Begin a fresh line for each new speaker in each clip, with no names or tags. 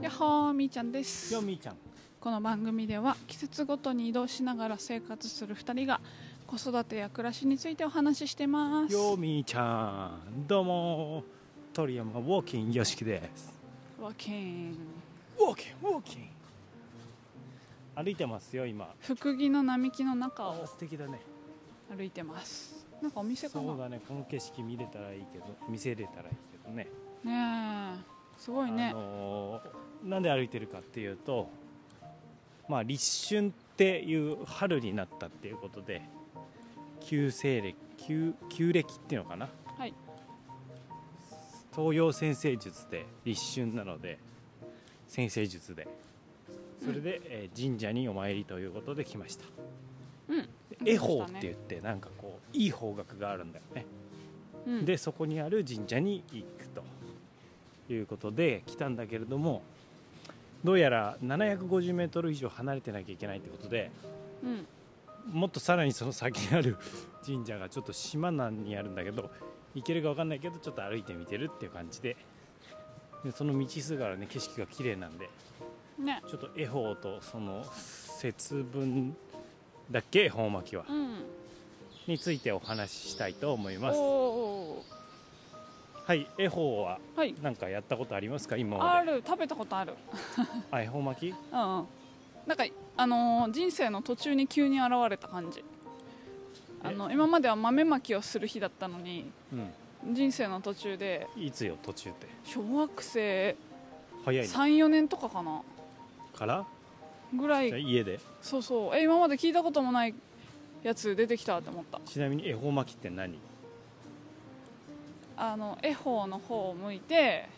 みーちゃんです
よみーちゃん
この番組では季節ごとに移動しながら生活する2人が子育てや暮らしについてお話ししてます
よみーちゃんどうも鳥山ウォーキンよしきです
わけん
ウォーキンウォーキン歩いてますよ今
福木の並木の中
あ
を
素敵だね
歩いてますなんかお店か
そう
な
だねこの景色見れたらいいけど見せれたらいいけどね
ねえすごい
あ
ね
のーなんで歩いてるかっていうとまあ立春っていう春になったっていうことで旧西暦旧旧暦っていうのかな
はい
東洋先生術で立春なので先生術でそれで、えー神社にお参りということで来ました
うん
恵方って言ってなんかこういい方角があるんだよね、
うん
でそこにある神社に行くということで来たんだけれどもどうやら 750m 以上離れてなきゃいけないってことで
うん
もっとさらにその先にある 神社がちょっと島なんにあるんだけど行けるか分かんないけどちょっと歩いてみてるっていう感じででその道すがらね景色が綺麗なんで
ね
ちょっと恵方とその節分だっけ恵方巻きは
うん
についてお話ししたいと思います
おー
はい恵方は
はい
なんかやったことありますか今
あ
まで
る食べたことある
あ恵方巻き
うんうんなんかあのー人生の途中に急に現れた感じあの今までは豆まきをする日だったのに
うん
人生の途中で
いつよ途中って
小学生
早いの
34年とかかな
から
ぐら
じゃあ
い
家で
そうそうえ今まで聞いたこともないやつ出てきたって思った
ちなみに恵方巻きって何
あの恵方の方を向いて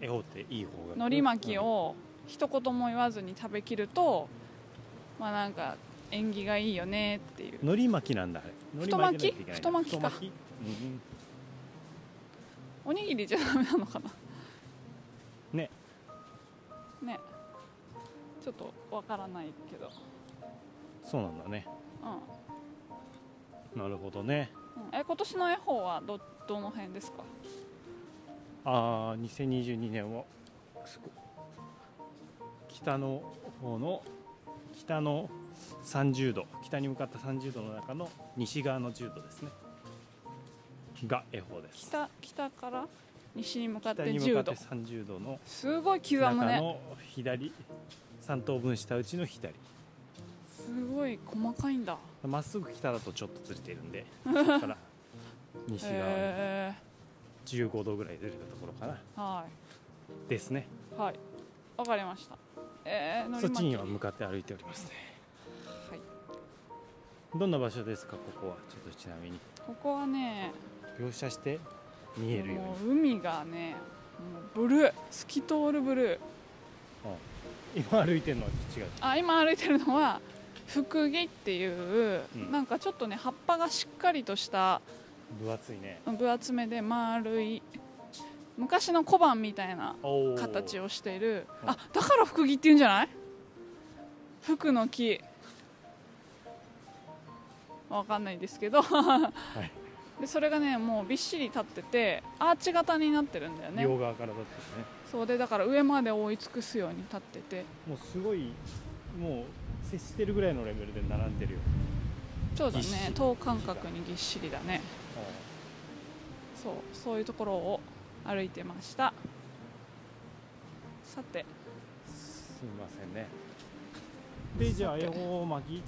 恵方っていい方が
海苔巻きを一言も言わずに食べきるとまあなんか縁起がいいよねっていう
海苔巻きなんだあれ海
太
苔
巻き
き
太巻きか
きうん
おにぎりじゃダメなのかな
うんね
ねちょっとわからないけど、
そうなんだね
う
なるほどね
んうんえ今年の恵方はどどの辺ですか
ああ2022年はすごい北の方の北の30度北に向かった30度の中の西側の10度ですねが恵方です
北北から西に向かって
北に向か
10
って
度
30度の
すごい刻む
中
ね
の左3等分したうちの左
すごい細かいんだ
まっすぐ北だとちょっとずれてるんでそ こから西側に
へ
15度ぐらいずれたところかな
えは
ですね
いはいわかりましたえー、
そっちに
は
は向かって歩いておりますねどんな場所ですかここはちょっとちなみに
ここはね
描写して見えるよ
もう海がねもうブルー透き通るブルー
うに、うん今歩いてるのは違う
あ今歩いてるのは福木っていう、
うん
なんかちょっとね葉っぱがしっかりとした
分厚いね
分厚めで丸い昔の小判みたいな
おー
形をしている
おー
あだから福木って言うんじゃない福の木わかんないですけど
はい
でそれがねもうびっしり立っててアーチ型になってるんだよね
両側からだってね
そうでだから上まで覆い尽くすように立ってて
もうすごいもう接してるぐらいのレベルで並んでるよ
そうだ
ぎっし
ね
り
等間隔にぎっしりだね
あ
そうそういうところを歩いてましたさて
ーすいませんねでじゃ
さ
あ
て
恵方巻き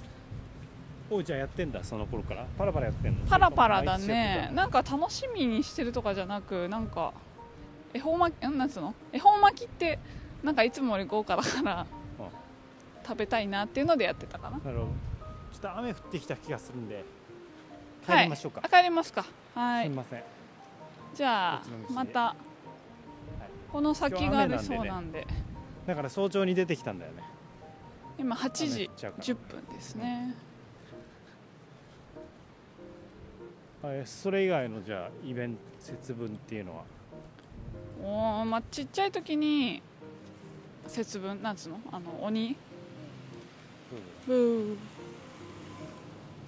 をじゃあやってんだその頃からパラパラやってんの
パラパラだ
それとも毎日やっ
ね
てたの
なんか楽しみにしてるとかじゃなくなんか恵方巻きんなんつうの恵方巻きってなんかいつもより豪華だから
うん
食べたいなっていうのでやってたかな
なるほどちょっと雨降ってきた気がするんで
はい
帰りましょうか、
あ帰りますかは
す
い
みません
じゃあ
こっちの道で
またこの先があるそうなんで
だから早朝に出てきたんだよね
今8
雨降
時
っちゃうから
10分ですね
はいそれ以外のじゃあイベント節分っていうのは
おーまあ、ちっちゃい時に節分なんつうのあの鬼ブー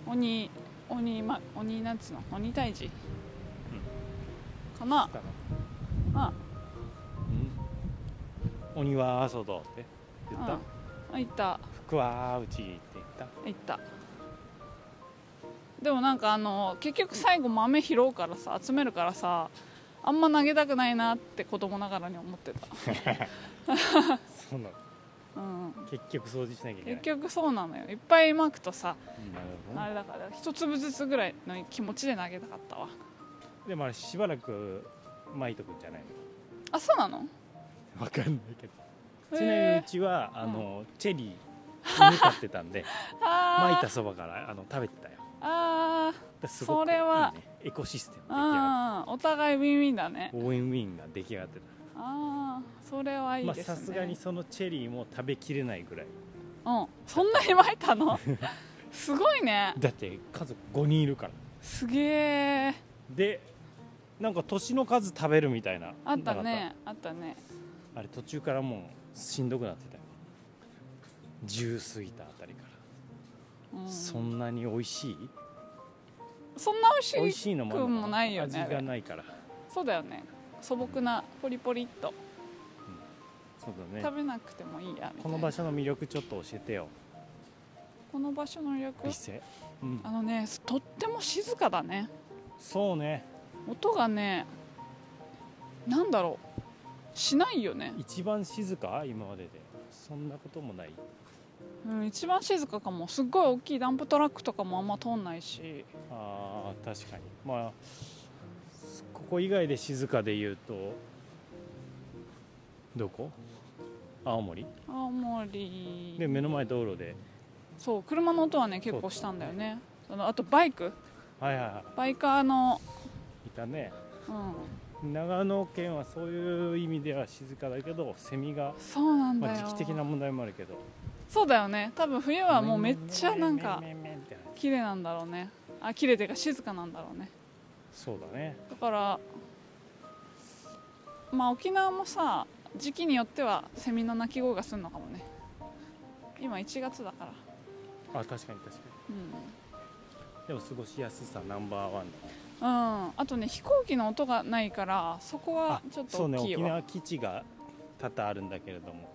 鬼鬼,、ま、鬼なんつうの鬼退治、かな
来たの
まあ
鬼は外って言った、
うんあ行った
福は内って言った
行ったでもなんかあの結局最後豆拾うからさ集めるからさあんま投げたくないなって子供ながらに思ってた、
そうなの
うん、
結局掃除しなきゃいけな
結
い
局そうなのよいっぱいまくとさ
なるほど
あ
ね
れだから一粒ずつぐらいの気持ちで投げたかったわ
でもあれしばらくまいとくんじゃない
あそうなの
のわかんないけどちなみにう
へ
ちはあの、チェリー犬飼ってた んで
ーあ
まい
ー
たそばからあの食べてたよだか
あ
らすごく
それはい
いねエコシステム出来上がっ
あお互いウィンウィンだね
て応援ウィンが出来上がってた
ああそれはいい
ま
で
あ
すね
さすがにそのチェリーも食べきれないぐらい
うんそんなにまいたのすごいね
だって家族5人いるから
すげえ
でなんか年の数食べるみたいな
あっ
な
た
か
ねあったね
あれ途中からもうしんどくなってたよ10過ぎたあたりから、
うん
そんなに美味しい
そんな美
美
味
味
しい
しいのもあんのか
もないよね
味がないから
そうだよね素朴なポリポリっと
そうだ
食
ね
べなくてもいいやみたいな
この場所の魅力ちょっと教えてよ
この場所の略
伊勢、うん
あ、のねとっても静かだね
そうね
音がねなんだろうしないよね、
一番静か今まででそんなこともない
うん、一番静かかもすっごい大きいダンプトラックとかもあんま通んないし
あー確かにまあここ以外で静かで言うとどこ青森
青森
で目の前道路で
そう車の音はね結構したんだよねそのあとバイク
はいはいは
バイカーの、
いいたね
うん、
長野県はそういう意味では静かだけどセミが、
そうなんだ
ま
よ、
あ、時期的な問題もあるけど
そうだよね多分冬はもうめっちゃなんか
めんめんめんめんめんってなる
綺麗なんだろうねあ綺麗ていうか静かなんだろうね
そうだね
だからまあ沖縄もさ時期によってはセミの鳴き声がするのかもね今1月だから
あ確かに確か
うん、
にでも過ごしやすさナンバーワンだね
うん、あとね飛行機の音がないからそこはちょっと
そうね
大きい
沖
わ、
縄基地が多々あるんだけれども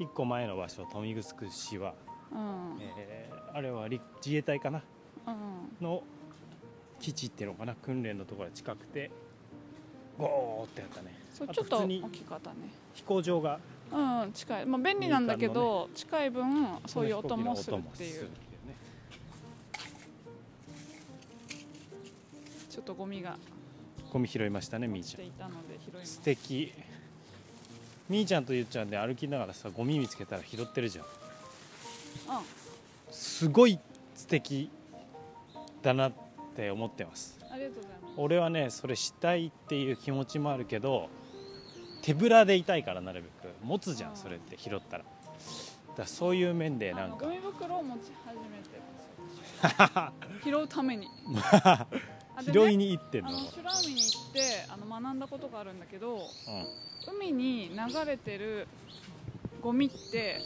一個前の場所豊見城市は、
うん
えーあれは陸自衛隊かな
うん
の基地っていうのかな訓練のところが近くてゴーってやったね
そう
あ
ちょ
と
っと
普通
大
に
きかったね
飛行場が
うん近い、まあ、便利なんだけど、近い分そういう音もするっていう
ね
ちょっとゴミが
ゴミ拾いましたねみー
落
ち
ち
ゃ
ていたので拾いま
ん
す
素敵みーちゃんとゆっちゃんで歩きながらさゴミ見つけたら拾ってるじゃん
うん
すごい素敵だなって思ってます
ありがとうございます。
俺はねそれしたいっていう気持ちもあるけど手ぶらでいたいからなるべく持つじゃんそれって拾ったらだからそういう面でなん
あの
か
ゴミ袋を持ち始めてるんですよ。拾うために。あでね
拾いに行ってん
あ
の
のシュラ海に行ってあの学んだことがあるんだけど、海に流れてるゴミって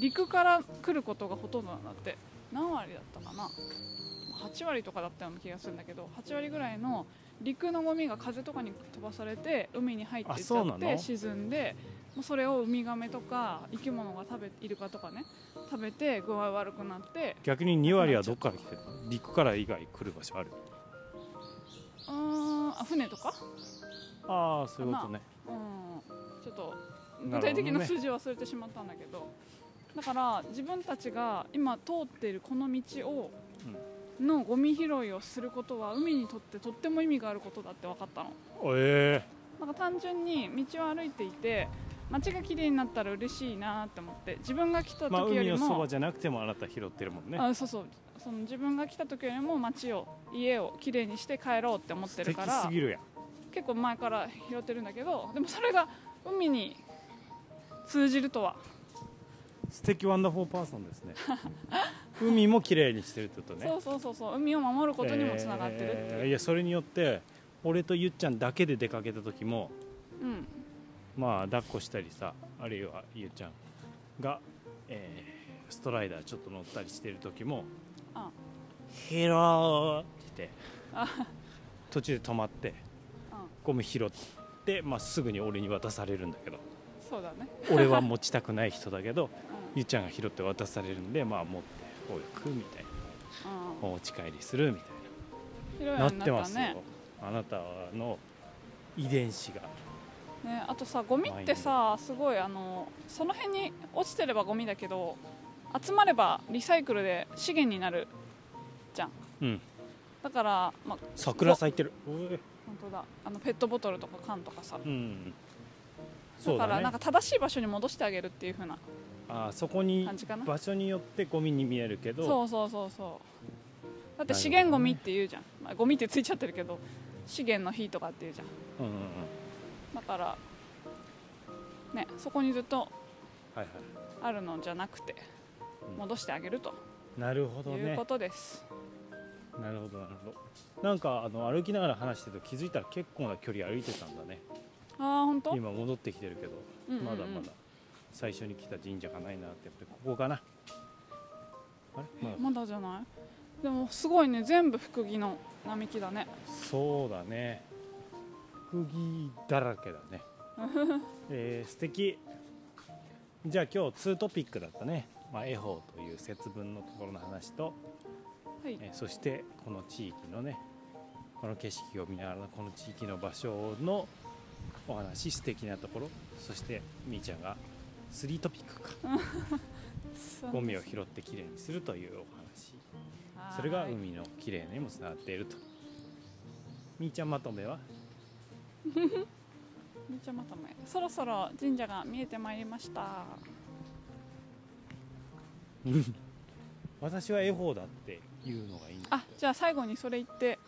陸から来ることがほとんどなんだって。何割だったかな。8割とかだったような気がするんだけど8割ぐらいの陸のゴミが風とかに飛ばされて海に入っていっちゃ
あそ
っ
うなの
て沈んでもうそれをウミガメとか生き物が食べイルカとかね食べて具合悪くなって
逆に2割はどっから来てるの陸から以外来る場所ある
うーんあ船とか、
ああそういうことね
うん、ちょっと具
なるほどね
体的な数字は忘れてしまったんだけどだから自分たちが今通っているこの道を、のゴミ拾いをすることは海にとってとっても意味があることだって分かったの。
え
なんか単純に道を歩いていて街が綺麗になったら嬉しいなって思って自分が来
え
た
まあ
時よ
海
り
のそ
も
ば、じゃなくてもあなた拾ってるもんね
あそうそうその自分が来た時よりも街を家を綺麗にして帰ろうって思って
素
る
敵
から
すぎるやん
結構前から拾ってるんだけどでもそれが海に通じるとは、
素敵ワンダフォーパーソンです ね海も綺麗にしてるってことね
そうそうそうそう海を守ることにもつながってるっていう、
えーいやそれによって俺とゆっちゃんだけで出かけた時も
うん
まあ抱っこしたりさあるいはゆうちゃんが、えーストライダーちょっと乗ったりしてる時も
あ
「ヒロー」って言
あ
って途中で止まって
うん
ゴミ拾って、まあ、すぐに俺に渡されるんだけど
そうだね、
俺は持ちたくない人だけど
う
ゆっちゃんが拾って渡されるんでまあ持ってこうくみたいなん
うん、
お持ち帰りするみたい
広
ないな
よ
っ
うにな
てま
っ
す
た
よ
ね
あなたの遺伝子が
ねあとさゴミってさすごいあのその辺に落ちてればゴミだけど集まればリサイクルで資源になるじゃん
うん
だから、まあ、
桜咲いてるうえ
本当だあのペットボトルとか缶とかさ
うん
だ
そう
か
だ
ら
ね
なんか正しい場所に戻してあげるっていう風な
あーそこに
感じかな
場所によってゴミに見えるけど
そうそうそうそうだって資
なる
源
ほど
ゴ
ね
ミって言うじゃん、まあ、ゴミってついちゃってるけど資源の日とかって言うじゃん
うんうんうん
だからねそこにずっと
はいはい
あるのじゃなくて
うん
戻してあげると
なるほど
いう
ね
ことです、
なるほどなるほどなんかあの歩きながら話してると気づいたら結構な距離歩いてたんだね
ああ本当
今戻ってきてるけど、
うんうんうん
まだまだ最初に来た神社がないなってやっぱりここかなあれまだ
まだじゃないでもすごいね全部福木の並木だね
そうだね釘だらけだ ねえー素敵じゃあ今日2トピックだったね、まあ、絵法という節分のところの話と、
はい
えーそしてこの地域のねこの景色を見ながらこの地域の場所のお話素敵なところそしてみーちゃんが3トピックか
そう
ゴミを拾ってきれいにするというお話それが
はい
海のきれいにもつながっているとみーちゃんまとめは
めっちゃまとめそろそろ神社が見えてまいりました
私は絵法だっていうのがいいんだ
あじゃあ最後にそれ言って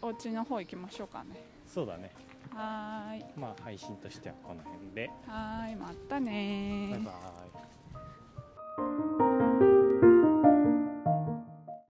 お家の方行きましょうかね
そうだね
はーい
まあ配信としてはこの辺で
はーいまたねー
バイバイ